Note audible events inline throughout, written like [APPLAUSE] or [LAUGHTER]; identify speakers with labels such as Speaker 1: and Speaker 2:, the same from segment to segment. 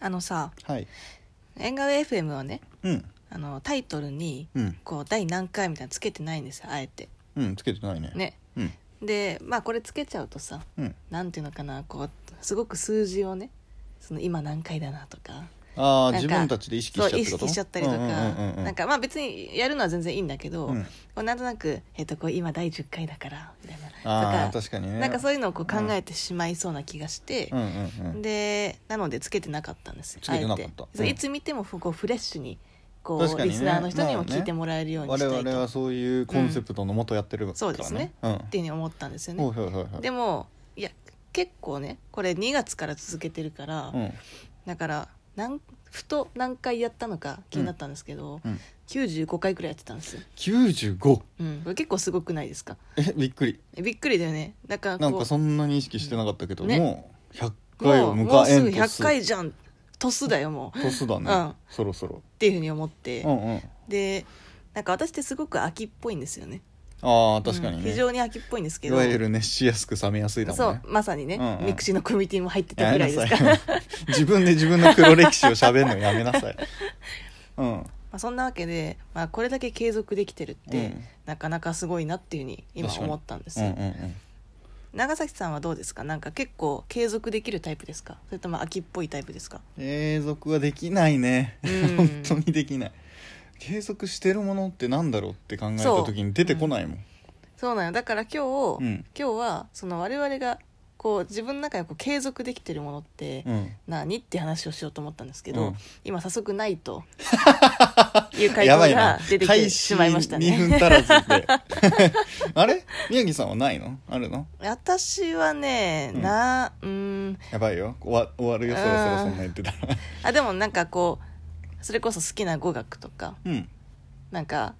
Speaker 1: あのさ
Speaker 2: はい
Speaker 1: 縁側 FM はね
Speaker 2: うん
Speaker 1: あのタイトルに
Speaker 2: うん
Speaker 1: こう第何回みたいなのつけてないんですよあえて
Speaker 2: うんつけてないね
Speaker 1: ね
Speaker 2: うん
Speaker 1: でまあこれつけちゃうとさ
Speaker 2: うん
Speaker 1: なんていうのかなこうすごく数字をねその今何回だなとか
Speaker 2: ああ
Speaker 1: なん
Speaker 2: 自
Speaker 1: か
Speaker 2: 分たちで意識しちゃ
Speaker 1: そう
Speaker 2: って
Speaker 1: 意
Speaker 2: こと
Speaker 1: 識しちゃったりとか、
Speaker 2: うんうんうんうん
Speaker 1: なんかまあ別にやるのは全然いいんだけど、
Speaker 2: うん
Speaker 1: こうなんとなく、えっとこう今第10回だからみたいな
Speaker 2: ああ
Speaker 1: とか
Speaker 2: 確かにね
Speaker 1: なんかそういうのをこう考
Speaker 2: て
Speaker 1: えてしまいそうな気がして
Speaker 2: うん、うんうん
Speaker 1: でなのでつけてなかったんですよ
Speaker 2: つけてなかった
Speaker 1: あえて
Speaker 2: うん
Speaker 1: そういつ見てもこうフレッシュにこう
Speaker 2: 確かに
Speaker 1: リ
Speaker 2: ね
Speaker 1: スナーの人に
Speaker 2: ま
Speaker 1: も
Speaker 2: あね
Speaker 1: 聞いてもらえるようにしたいと、
Speaker 2: 我々はそういうコンセプトのもとやってるからね
Speaker 1: そうですね、
Speaker 2: うん
Speaker 1: っていうふうに思ったんですよ
Speaker 2: ほ
Speaker 1: ね
Speaker 2: う、ほうほうほう
Speaker 1: でもいや結構ねこれ2月から続けてるから、
Speaker 2: うん
Speaker 1: だからなんふと何回やったのか気になったんですけど、
Speaker 2: うん
Speaker 1: 95回くらいやってたんですよ、
Speaker 2: 95
Speaker 1: うん、これ結構すごくないですか
Speaker 2: えびっくり
Speaker 1: えびっくりだよねだからこ
Speaker 2: な
Speaker 1: うん
Speaker 2: かそんなに意識してなかったけど
Speaker 1: ね
Speaker 2: もう100回
Speaker 1: も
Speaker 2: を
Speaker 1: うもう
Speaker 2: 迎え
Speaker 1: すぐ
Speaker 2: んと
Speaker 1: 100回じゃんトスだよもうっ
Speaker 2: トスだ
Speaker 1: うん
Speaker 2: ねそろそろ
Speaker 1: ていうふうに思って、
Speaker 2: うんうん
Speaker 1: でなんか私ってすごく秋っぽいんですよね
Speaker 2: ああ確かに
Speaker 1: うん非
Speaker 2: ね
Speaker 1: 常に秋っぽいんですけ
Speaker 2: い
Speaker 1: ど
Speaker 2: わゆる熱しやすく冷めやすいだ
Speaker 1: そ
Speaker 2: もん
Speaker 1: う
Speaker 2: ね
Speaker 1: まさにね、
Speaker 2: うんうん
Speaker 1: ミクシーのコミュニティも入ってた
Speaker 2: や
Speaker 1: ぐ
Speaker 2: め
Speaker 1: ら
Speaker 2: ない
Speaker 1: で
Speaker 2: さ
Speaker 1: す
Speaker 2: い
Speaker 1: から [LAUGHS] ま
Speaker 2: [LAUGHS] 自分で自分の黒歴史を喋るのやめな [LAUGHS] さいうん
Speaker 1: あそんなわけで、まあ、これだけ継続できてるって、
Speaker 2: うん
Speaker 1: なかなかすごいなっていうふうに今
Speaker 2: 確かに
Speaker 1: 思ったんです
Speaker 2: うん
Speaker 1: よ、
Speaker 2: うんうん
Speaker 1: 長崎さんはどうですかなんか結構継続できるタイプですかそれとも秋っぽいタイプですか
Speaker 2: 継続はできないね、
Speaker 1: うん
Speaker 2: 本当にできない継続してるものってなんだろうって考えた時に出てこないもん
Speaker 1: そうなのだから今日、
Speaker 2: うん
Speaker 1: 今日はその我々がこう自分の中でこう継続できてるものって
Speaker 2: うん、
Speaker 1: 何って話をしようと思ったんですけど、
Speaker 2: うん
Speaker 1: 今早速ない
Speaker 2: [LAUGHS]
Speaker 1: という回答
Speaker 2: やばい
Speaker 1: が
Speaker 2: な
Speaker 1: 出てきてしまいました
Speaker 2: 開始2分
Speaker 1: ね
Speaker 2: 足らずで [LAUGHS] あれ宮城さんはないのあるの
Speaker 1: [LAUGHS] 私はね、
Speaker 2: うん
Speaker 1: なうーん
Speaker 2: やばいよ終わ終わるよそろそろそんな言ってたら
Speaker 1: あでもなんかこうそれこそ好きな語学とか
Speaker 2: うん
Speaker 1: なんか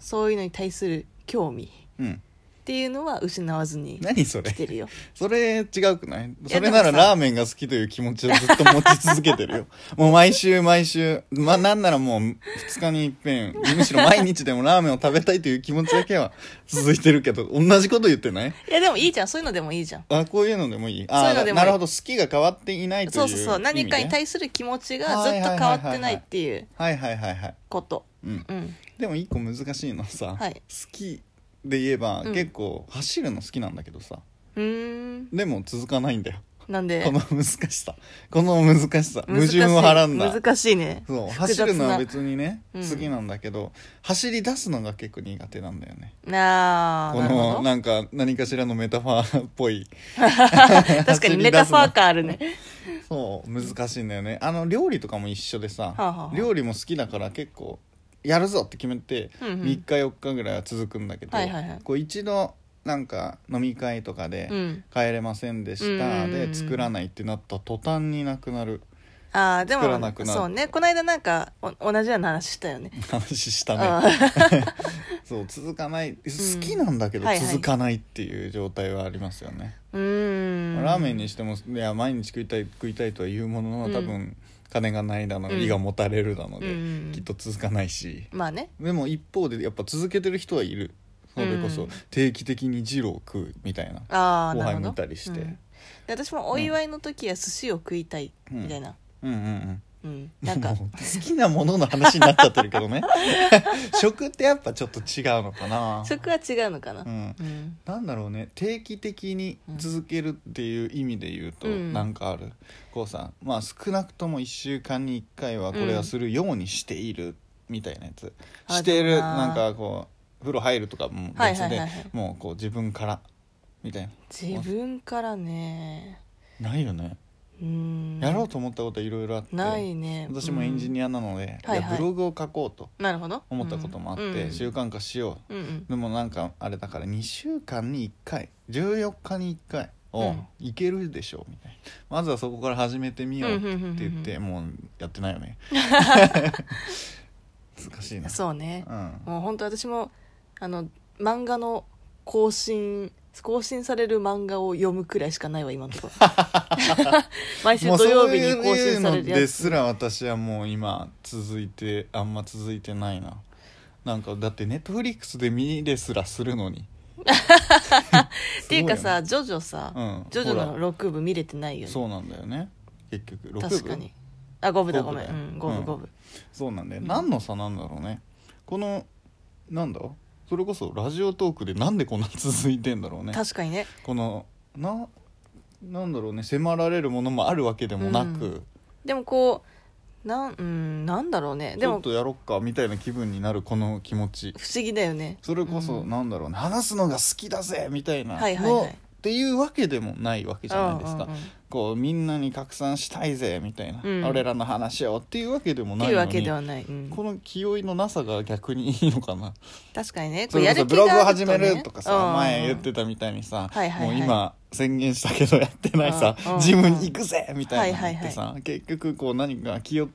Speaker 1: そういうのに対する興味
Speaker 2: うん
Speaker 1: っていうのは失わずに
Speaker 2: 何それ
Speaker 1: 来てるよ
Speaker 2: それ違うくない
Speaker 1: いや
Speaker 2: それな
Speaker 1: で
Speaker 2: ら
Speaker 1: もさ
Speaker 2: ラーメンが好きという気持ちをずっと持ち続けて
Speaker 1: [LAUGHS]
Speaker 2: るよもう毎週毎週まあなんならもう2日に一遍むしろ毎日でもラーメンを食べたいという気持ちだけは続いてるけど同じこと言ってない
Speaker 1: いやでもいいじゃんそういうのでもいいじゃん
Speaker 2: あこういうのでもいい
Speaker 1: そうい
Speaker 2: あ
Speaker 1: うので
Speaker 2: あ
Speaker 1: もいい
Speaker 2: なるほど好きが変わっていないという
Speaker 1: そうそうそう
Speaker 2: 意味
Speaker 1: 何
Speaker 2: ね
Speaker 1: かに対する気持ちがずっと変わってないっていう
Speaker 2: はいはいはいはい
Speaker 1: こと
Speaker 2: うん
Speaker 1: うん
Speaker 2: でも一個難しいのはさ、
Speaker 1: はい
Speaker 2: 好きで言えば、
Speaker 1: うん
Speaker 2: 結構走るの好きなんだけどさ
Speaker 1: うーん
Speaker 2: でも続かないんだよ
Speaker 1: なんで
Speaker 2: この難しさこの難しさ矛
Speaker 1: 難しい
Speaker 2: 盾をはらんだ
Speaker 1: 難しいね
Speaker 2: そう
Speaker 1: 複雑な
Speaker 2: 走るのは別にね、
Speaker 1: うん
Speaker 2: 好きなんだけど走り出すのが結構苦手なんだよね
Speaker 1: なあ
Speaker 2: こ
Speaker 1: なる
Speaker 2: の
Speaker 1: ほど
Speaker 2: なんか何かしらのメタファーっぽい
Speaker 1: [LAUGHS] 確かにメタファー感ある
Speaker 2: [LAUGHS]
Speaker 1: ね
Speaker 2: そう難しいんだよねあの料理とかも一緒でさ、
Speaker 1: あはあ
Speaker 2: 料理も好きだから結構やるぞって決めて、
Speaker 1: うんうん
Speaker 2: 3日4日ぐらいは続くんだけど、
Speaker 1: はいはいはい
Speaker 2: こう一度なんか飲み会とかで
Speaker 1: うん
Speaker 2: 帰れませんでした、
Speaker 1: うんうんうん
Speaker 2: で作らないってなった途端になくなる
Speaker 1: ああでも
Speaker 2: 作らなくなる
Speaker 1: そうねこの間なんかお同じような話したよね
Speaker 2: 話したね
Speaker 1: あ
Speaker 2: [LAUGHS] そう続かない好きなんだけど
Speaker 1: はいはい
Speaker 2: 続かないっていう状態はありますよね、
Speaker 1: ーうーん
Speaker 2: ラーメンにしてもいや毎日食いたい食いたいとは言うものの、
Speaker 1: うん
Speaker 2: 多分金がないだの、
Speaker 1: うん
Speaker 2: 胃がもたれるだので、
Speaker 1: うん
Speaker 2: きっと続かないし
Speaker 1: まあね
Speaker 2: でも一方でやっぱ続けてる人はいるそれこ
Speaker 1: う
Speaker 2: そ
Speaker 1: ん
Speaker 2: 定期的に二郎食うみたいな、
Speaker 1: ああ
Speaker 2: 後
Speaker 1: なる
Speaker 2: 輩
Speaker 1: ほど
Speaker 2: 見たりして
Speaker 1: うんで私もお祝いの時は寿司を食いたいみたいな
Speaker 2: うん、うんうん
Speaker 1: うんなん
Speaker 2: [LAUGHS]
Speaker 1: か
Speaker 2: もう好きなものの話になっちゃってるけ
Speaker 1: [LAUGHS]
Speaker 2: どね食ってやっぱちょっと違うのかな
Speaker 1: 食は違うのかな
Speaker 2: うん
Speaker 1: うん
Speaker 2: なんだろうね定期的に続けるっていう意味で言うと、
Speaker 1: うん
Speaker 2: なんかあるこうさまあ少なくとも1週間に1回はこれはするようにしているみたいなやつ、
Speaker 1: あ
Speaker 2: してる
Speaker 1: でもな
Speaker 2: なんかこう風呂入るとかも
Speaker 1: はい
Speaker 2: 別
Speaker 1: はいはい
Speaker 2: で
Speaker 1: はい
Speaker 2: もうこう自分からみたい
Speaker 1: 自分からね
Speaker 2: なないよね、
Speaker 1: うん
Speaker 2: やろうと思ったことはいろいろあって
Speaker 1: ないね
Speaker 2: 私もエンジニアなので、
Speaker 1: うんはいはい
Speaker 2: いやブログを書こうと
Speaker 1: アなるほど
Speaker 2: 思ったこともあって、
Speaker 1: うん
Speaker 2: 習慣化しよう
Speaker 1: うんうん
Speaker 2: でもなんかあれだから2週間に1回14日に1回
Speaker 1: う
Speaker 2: を
Speaker 1: ん
Speaker 2: いけるでしょうみたいなまずはそこから始めてみようって言って
Speaker 1: う
Speaker 2: もうやってない
Speaker 1: [LAUGHS]
Speaker 2: よね難しいな
Speaker 1: そうね
Speaker 2: うん
Speaker 1: もう本当私もあの漫画の更新更新される漫画を読むくらいしかないわ今のとこ
Speaker 2: [LAUGHS]
Speaker 1: ろ毎週
Speaker 2: もう
Speaker 1: 土
Speaker 2: そ
Speaker 1: 曜
Speaker 2: う
Speaker 1: 日
Speaker 2: い
Speaker 1: に更新
Speaker 2: う
Speaker 1: され
Speaker 2: の
Speaker 1: るや
Speaker 2: で
Speaker 1: つ
Speaker 2: すら私はもう今続いてあんま続いてないななんかだってネットフリックスで見ですらするのに
Speaker 1: [LAUGHS] っていうかさジョジョさ
Speaker 2: うん
Speaker 1: ジョジョの
Speaker 2: ほ
Speaker 1: 6部見れてないよ
Speaker 2: ら
Speaker 1: ね
Speaker 2: そうなんだよね結局6部
Speaker 1: 確かにあ五分だ
Speaker 2: 五
Speaker 1: ご
Speaker 2: 分
Speaker 1: め
Speaker 2: だ
Speaker 1: ん
Speaker 2: よ
Speaker 1: うん五
Speaker 2: うん
Speaker 1: 分五分
Speaker 2: そうなんだよ、
Speaker 1: うん
Speaker 2: 何の差なんだろうねこのなんだそれこそラジオトークでなんでこんな続いてんだろうね
Speaker 1: 確かにね
Speaker 2: このななんだろうね迫られるものもあるわけでもなく、
Speaker 1: でもこうなんうんなんだろうね
Speaker 2: ち
Speaker 1: で
Speaker 2: ょっ
Speaker 1: も
Speaker 2: とやろっかみたいな気分になるこの気持ち
Speaker 1: 不思議だよね
Speaker 2: それこそ
Speaker 1: うん
Speaker 2: なんだろうね、話すのが好きだぜみたいなの、
Speaker 1: はいはいはい
Speaker 2: っていうわけでもないわけじゃないですか、
Speaker 1: うんうんうんっ
Speaker 2: こうみんなに拡散したいぜみたいな、
Speaker 1: うん
Speaker 2: 俺らの話をっていうわけでも
Speaker 1: て
Speaker 2: ない
Speaker 1: いう
Speaker 2: の
Speaker 1: わけで
Speaker 2: に
Speaker 1: はない、うん
Speaker 2: この気負いのなさが逆にいいのかな
Speaker 1: 確かにね
Speaker 2: それこそブログを始めるとかさ、前言って
Speaker 1: た
Speaker 2: たみたいにさ、
Speaker 1: はいはいはい
Speaker 2: もう今宣言したけどやってないさ、
Speaker 1: うんうん
Speaker 2: ジムに行くぜみたいなのってさ、
Speaker 1: は
Speaker 2: 結局こう何か気負っ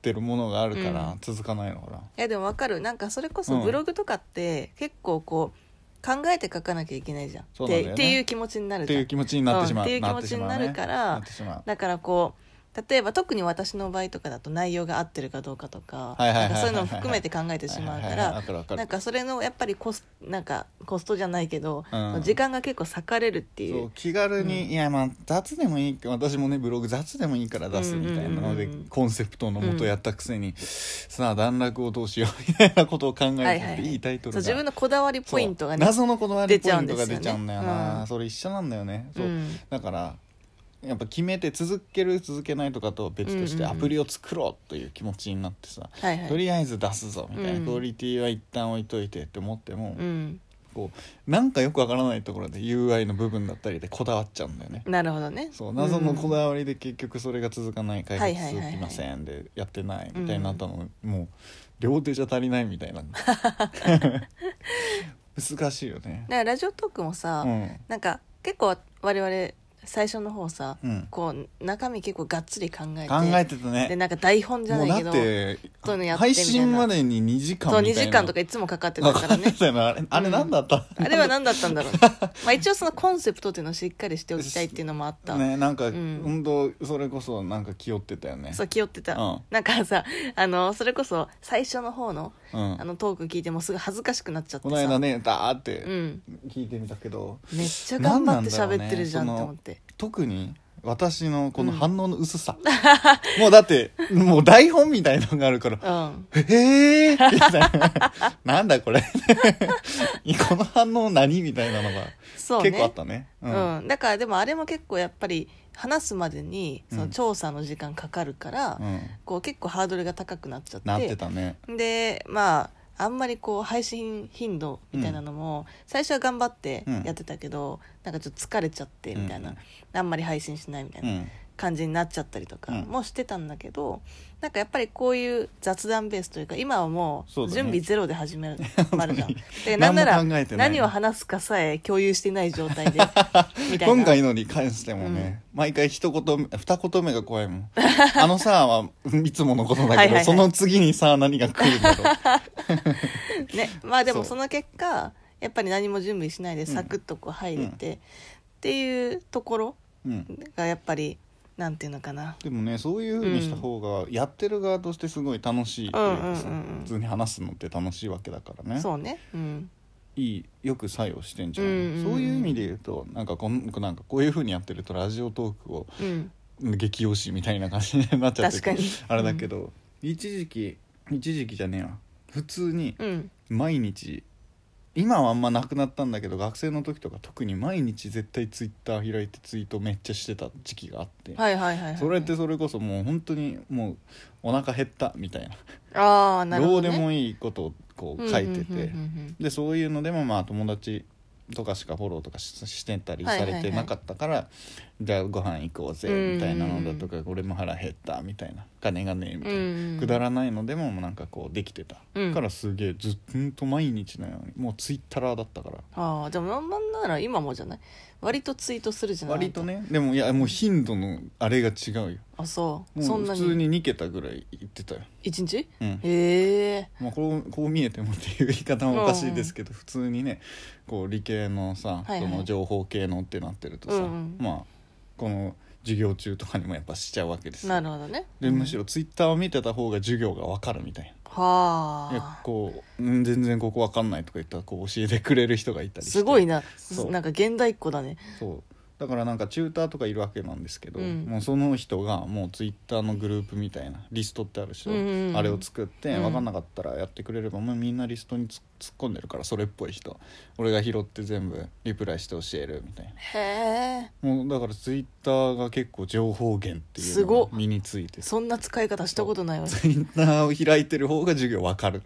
Speaker 2: てるものがあるか
Speaker 1: う
Speaker 2: ら
Speaker 1: ん
Speaker 2: 続かないのかな、
Speaker 1: いやでもわかるなんかそれこ
Speaker 2: う
Speaker 1: そ
Speaker 2: ん
Speaker 1: ブログとかって結構こう考えて書かなきゃいけないじゃん
Speaker 2: そ
Speaker 1: っ
Speaker 2: うなん
Speaker 1: て
Speaker 2: だよね
Speaker 1: っていう気持ちになる
Speaker 2: って
Speaker 1: じゃ
Speaker 2: いうん気持ちになってしまう、
Speaker 1: うんっていう気持ちになるから
Speaker 2: なってしまうねなってしまう
Speaker 1: だからこう例えば特に私の場合とかだと内容が合ってるかどうかとか
Speaker 2: はいはいはいはい
Speaker 1: なんかそういうのも含めて考えてしまうか
Speaker 2: はいはいはい
Speaker 1: ら
Speaker 2: わかるわかる
Speaker 1: なんかそれのやっぱりコスなんかコストじゃないけど、
Speaker 2: うん
Speaker 1: 時間が結構割かれるってい
Speaker 2: そうう気軽に、
Speaker 1: うん
Speaker 2: いやまあ雑でもいいか私もねブログ雑でもいいから出すみたいなので、
Speaker 1: うんうんうんうん
Speaker 2: コンセプトのもとやったくせに、さあ段落をどうしようみたいなことを考えて、
Speaker 1: はいいはいはい
Speaker 2: い、タイト
Speaker 1: そう
Speaker 2: ルが
Speaker 1: 自分のこだわりポイントが
Speaker 2: そう
Speaker 1: ね
Speaker 2: 謎のこだわりポイントが出
Speaker 1: 出
Speaker 2: ち
Speaker 1: ち
Speaker 2: ゃ
Speaker 1: ゃ
Speaker 2: う
Speaker 1: うんん
Speaker 2: だ
Speaker 1: です
Speaker 2: よ
Speaker 1: よね
Speaker 2: な、
Speaker 1: うん
Speaker 2: それ一緒なんだよねそう、
Speaker 1: うん
Speaker 2: だからやっぱ決めて続ける続けないとかとは別として
Speaker 1: うんうん
Speaker 2: ア
Speaker 1: うん
Speaker 2: プリを作ろうという気持ちになってさ、
Speaker 1: はいはい
Speaker 2: とりあえず出すぞみたいな、
Speaker 1: うん
Speaker 2: クオリティは一旦置いといてって思っても、
Speaker 1: うん、
Speaker 2: こうなんかよくわからないところで UI の部分だったりでこだわっちゃうんだよね。
Speaker 1: なるほどね
Speaker 2: そう謎のこ
Speaker 1: わ
Speaker 2: だわりで結局それが続かない開
Speaker 1: はいは
Speaker 2: 発
Speaker 1: いはい
Speaker 2: 続
Speaker 1: はい
Speaker 2: きませんでやってないみたいになったの、もう両手じゃ足りないみたいな [LAUGHS] 難しいよね
Speaker 1: だからラジオトークもさ、
Speaker 2: うん
Speaker 1: なんか結構我々最初の方さ、
Speaker 2: うん
Speaker 1: こう中身結構がっつり考えて
Speaker 2: 考えてた
Speaker 1: で
Speaker 2: ね
Speaker 1: なんか台本じゃ
Speaker 2: もう
Speaker 1: ない
Speaker 2: だ
Speaker 1: けど
Speaker 2: って
Speaker 1: そういうのやってみ
Speaker 2: 配
Speaker 1: たいな
Speaker 2: 信までに2時間
Speaker 1: そう
Speaker 2: み
Speaker 1: 2
Speaker 2: たい
Speaker 1: 時
Speaker 2: な
Speaker 1: 間とかいつもかかってた
Speaker 2: か
Speaker 1: から
Speaker 2: かっ [LAUGHS]
Speaker 1: ね
Speaker 2: てたよねあれあれ
Speaker 1: うん
Speaker 2: なんだった、
Speaker 1: あれは何だったん
Speaker 2: [LAUGHS]
Speaker 1: だろう、ね、まあ一応そのコンセプトっていうのをしっかりしておきたいっていうのもあった、
Speaker 2: ねなんか、
Speaker 1: ん
Speaker 2: 本当それこそなんか気負ってたよね
Speaker 1: そう気負ってた、
Speaker 2: うん
Speaker 1: なんかさあのそれこそ最初の方の,、
Speaker 2: うん
Speaker 1: あのトーク聞いてもうすぐ恥ずかしくなっちゃって
Speaker 2: こ
Speaker 1: さ
Speaker 2: の間ねダーっ
Speaker 1: う
Speaker 2: て
Speaker 1: ん、
Speaker 2: 聞いてみたけど、
Speaker 1: めっちゃ頑張って喋ってるじゃん
Speaker 2: な
Speaker 1: と
Speaker 2: んな
Speaker 1: 思
Speaker 2: んだろうね
Speaker 1: って、
Speaker 2: 特に私のこの
Speaker 1: うん
Speaker 2: 反応の
Speaker 1: [LAUGHS]
Speaker 2: 薄さ、もうだってもう台本みたいのがあるから
Speaker 1: うん
Speaker 2: 「ええー!」 [LAUGHS] みたいな「なんだこれ」 [LAUGHS] この反応何みたいなのが
Speaker 1: そうね
Speaker 2: 結構あったねう
Speaker 1: うんだからでもあれも結構やっぱり話すまでにそうの
Speaker 2: ん
Speaker 1: 調査の時間かかるから、
Speaker 2: うん
Speaker 1: こう結構ハードルが高くなっちゃって
Speaker 2: なってたね
Speaker 1: でまああんまりこう配信頻度みたいなのも、最初は頑張ってやってたけど、なんかちょっと疲れちゃってみたいな、
Speaker 2: うん
Speaker 1: あんまり配信しないみたいうなん感じになっちゃったりとか
Speaker 2: うん
Speaker 1: もしてたんだけど、なんかやっぱりこういう雑談ベースというか今はも
Speaker 2: そう
Speaker 1: う
Speaker 2: だね
Speaker 1: 準備ゼロで始める、まるじゃん
Speaker 2: [LAUGHS] 本
Speaker 1: でなんなら
Speaker 2: 何も考えてない
Speaker 1: 何を話すかさえ共有してない状
Speaker 2: [LAUGHS]
Speaker 1: 態でみたいな
Speaker 2: 今回のに関してもね、毎回一言目二言目が怖いも
Speaker 1: [LAUGHS]
Speaker 2: んあのさはいつものことだけど
Speaker 1: はいはいはい
Speaker 2: その次にさ何が来るんだろう
Speaker 1: ねまあで
Speaker 2: そ
Speaker 1: も
Speaker 2: う
Speaker 1: その結果やっぱり何も準備しないでサクッとこう入れて、っていうところ
Speaker 2: うん
Speaker 1: がやっぱりなんていうのかな
Speaker 2: でもねそういうふうにした方が、やってる側としてすごい楽しいというかさ
Speaker 1: うんうんうんうん
Speaker 2: 普通に話すのって楽しいわけだからね
Speaker 1: そうねうん
Speaker 2: いいよく作用してんじゃん、
Speaker 1: うんうんうん
Speaker 2: そういう意味で言うとなんかこんなんかこういうふうにやってるとラジオトークを
Speaker 1: うん
Speaker 2: 激推しみたいな感じになっちゃっ
Speaker 1: 確
Speaker 2: て
Speaker 1: かに
Speaker 2: あれだけど、一時期一時期じゃねえわ普通に
Speaker 1: うん
Speaker 2: 毎日今はあんまなくなったんだけど学生の時とか特に毎日絶対ツイッター開いてツイートめっちゃしてた時期があって、
Speaker 1: はいはいはい、はい、
Speaker 2: それってそれこそもう本当にもうお腹減ったみたいな
Speaker 1: ああなる
Speaker 2: ど
Speaker 1: ほ
Speaker 2: う
Speaker 1: ど、
Speaker 2: で
Speaker 1: ね、
Speaker 2: もいいことをこう書
Speaker 1: う
Speaker 2: いてて、
Speaker 1: んうんうんうん
Speaker 2: でそういうのでもまあ友達とかしかフォローとかししてたり
Speaker 1: はい
Speaker 2: さ
Speaker 1: はいはい
Speaker 2: れてなかったから、じゃあご飯行こうぜみたいなのだとか、俺も腹減ったみたいな金がねえみたいな、
Speaker 1: うんうん
Speaker 2: くだらないのでもなんかこうできてた、
Speaker 1: うん
Speaker 2: からすげえずっと毎日のようにもうツイッターだったから
Speaker 1: ああでもなんなら今もじゃない割とツイートするじゃない
Speaker 2: 割とねでもいやもう頻度のあれが違うよ
Speaker 1: あそうそ
Speaker 2: もうん
Speaker 1: な
Speaker 2: 普通
Speaker 1: に
Speaker 2: に2桁ぐらい行ってたよ、
Speaker 1: 一日
Speaker 2: うん
Speaker 1: へえ
Speaker 2: まあ、こうこう見えてもっていう言い方もおかしいですけど、普通にねこう理系の
Speaker 1: は
Speaker 2: さ、
Speaker 1: いはい
Speaker 2: その情報系のってなってるとさ、
Speaker 1: うんうん
Speaker 2: まあこの授業中とかにもやっぱしちゃうわけですよ
Speaker 1: なるほどね
Speaker 2: でむし
Speaker 1: ろ
Speaker 2: ろツイッターを見てた方が授業がわかるみたいな、いや
Speaker 1: はあ
Speaker 2: こううん全然ここわかんないとか言ったらこう教えてくれる人がいたりして
Speaker 1: すごいな
Speaker 2: そう
Speaker 1: なんか現代っ子だね
Speaker 2: そうだからなんかチューターとかいるわけなんですけど、
Speaker 1: うん
Speaker 2: もうその人がもうツイッターのグループみたいなリストってあるでしょ、
Speaker 1: うんうんうん
Speaker 2: あれを作って、
Speaker 1: うん
Speaker 2: 分かんなかったらやってくれればもうみんなリストにつ突っ込んでるからそれっぽい人俺が拾って全部リプライして教えるみたい
Speaker 1: へえ
Speaker 2: なもうだからツイッターが結構情報源ってい
Speaker 1: す
Speaker 2: う
Speaker 1: ご
Speaker 2: の
Speaker 1: っ
Speaker 2: が身についてツ
Speaker 1: そんな使い方したことないわ
Speaker 2: イッターを開いてる方が授業分かる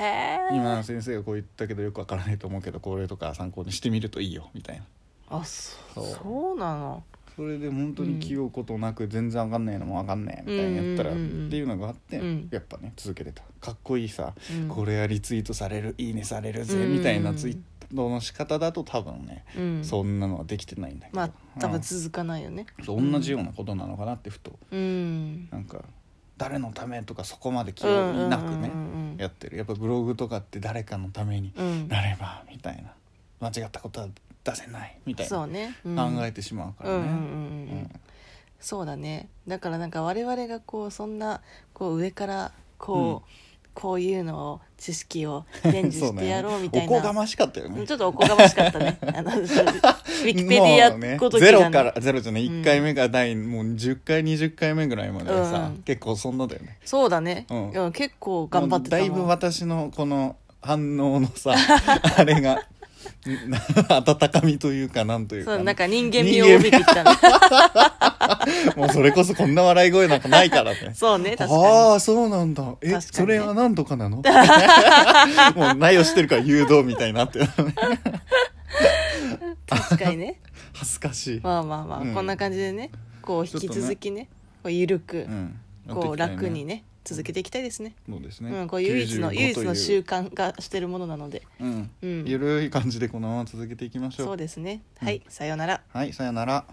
Speaker 1: へえ
Speaker 2: 今先生がこう言ったけどよく分からないと思うけどこれとか参考にしてみるといいよみたいな
Speaker 1: あそ
Speaker 2: そう
Speaker 1: そうなの
Speaker 2: それで本当に気負うことなく全然わかんないのもわかんないみたいにやったら
Speaker 1: うん
Speaker 2: って
Speaker 1: うんうんうん
Speaker 2: いうのがあって
Speaker 1: うん
Speaker 2: やっぱね続けてたかっこいいさ
Speaker 1: うん
Speaker 2: これはリツイートされるいいねされるぜ
Speaker 1: うん
Speaker 2: みたいなツイートの仕方だと多分ね
Speaker 1: うん
Speaker 2: そんなのはできてないんだけど
Speaker 1: まあ多
Speaker 2: う
Speaker 1: 分
Speaker 2: ん
Speaker 1: 続かないよね
Speaker 2: そう同じようなことなのかなってふと
Speaker 1: うん
Speaker 2: なんか誰のためとかそこまで気負いなく
Speaker 1: う
Speaker 2: ね
Speaker 1: んうんうんうん
Speaker 2: やってるやっぱブログとかって誰かのために
Speaker 1: うん
Speaker 2: なればみたいな間違ったことは出せないみたいな
Speaker 1: そうね、うん
Speaker 2: 考えてしまうから
Speaker 1: うんうんうん
Speaker 2: ね。
Speaker 1: うん
Speaker 2: うん
Speaker 1: そうだねだからなんか我々がこうそんなこう上からこう、こういうのを知識
Speaker 2: [LAUGHS]
Speaker 1: を伝授
Speaker 2: そ
Speaker 1: し
Speaker 2: う
Speaker 1: て
Speaker 2: ね
Speaker 1: やろうみたいな、
Speaker 2: おこがましかったよね
Speaker 1: ちょっとおこがましかったねあのウィキペデ
Speaker 2: もう
Speaker 1: ィ
Speaker 2: ね
Speaker 1: アごとき
Speaker 2: ゼ
Speaker 1: がね
Speaker 2: ロからゼロじゃない
Speaker 1: うん
Speaker 2: 1回目が第、もう10回20回目ぐらいまではさ、
Speaker 1: うん
Speaker 2: 結構そんなだよね
Speaker 1: そうだね、
Speaker 2: うん
Speaker 1: いや結構頑張ってた
Speaker 2: だ
Speaker 1: も
Speaker 2: い
Speaker 1: ん
Speaker 2: ぶ私のこの反応のさ [LAUGHS] あれが [LAUGHS] ん温かみというかなんというか
Speaker 1: そ
Speaker 2: ね、
Speaker 1: うなんか人間味を帯びてきたね
Speaker 2: もうそれこそこんな笑い声なんかないからね
Speaker 1: [LAUGHS] そうね [LAUGHS] 確か
Speaker 2: ああそうなんだえ、
Speaker 1: 確かにね
Speaker 2: それは何とかな
Speaker 1: [LAUGHS]
Speaker 2: の [LAUGHS] もう内容してるから誘導みたいになってる
Speaker 1: に確かにね
Speaker 2: 恥ずかしい、
Speaker 1: まあまあまあ、
Speaker 2: うん
Speaker 1: こんな感じでねこう引き続きねこう緩く、
Speaker 2: うん
Speaker 1: こう楽に
Speaker 2: ね
Speaker 1: ね続けていきたいですね
Speaker 2: そうですね、
Speaker 1: うん、こう唯一の
Speaker 2: 95
Speaker 1: 唯一の
Speaker 2: という
Speaker 1: 習慣がしてるものなので
Speaker 2: うん
Speaker 1: うん
Speaker 2: ゆるい感じでこのまま続けていきましょう
Speaker 1: そうですね
Speaker 2: うん
Speaker 1: はい、さようなら
Speaker 2: はいさよなら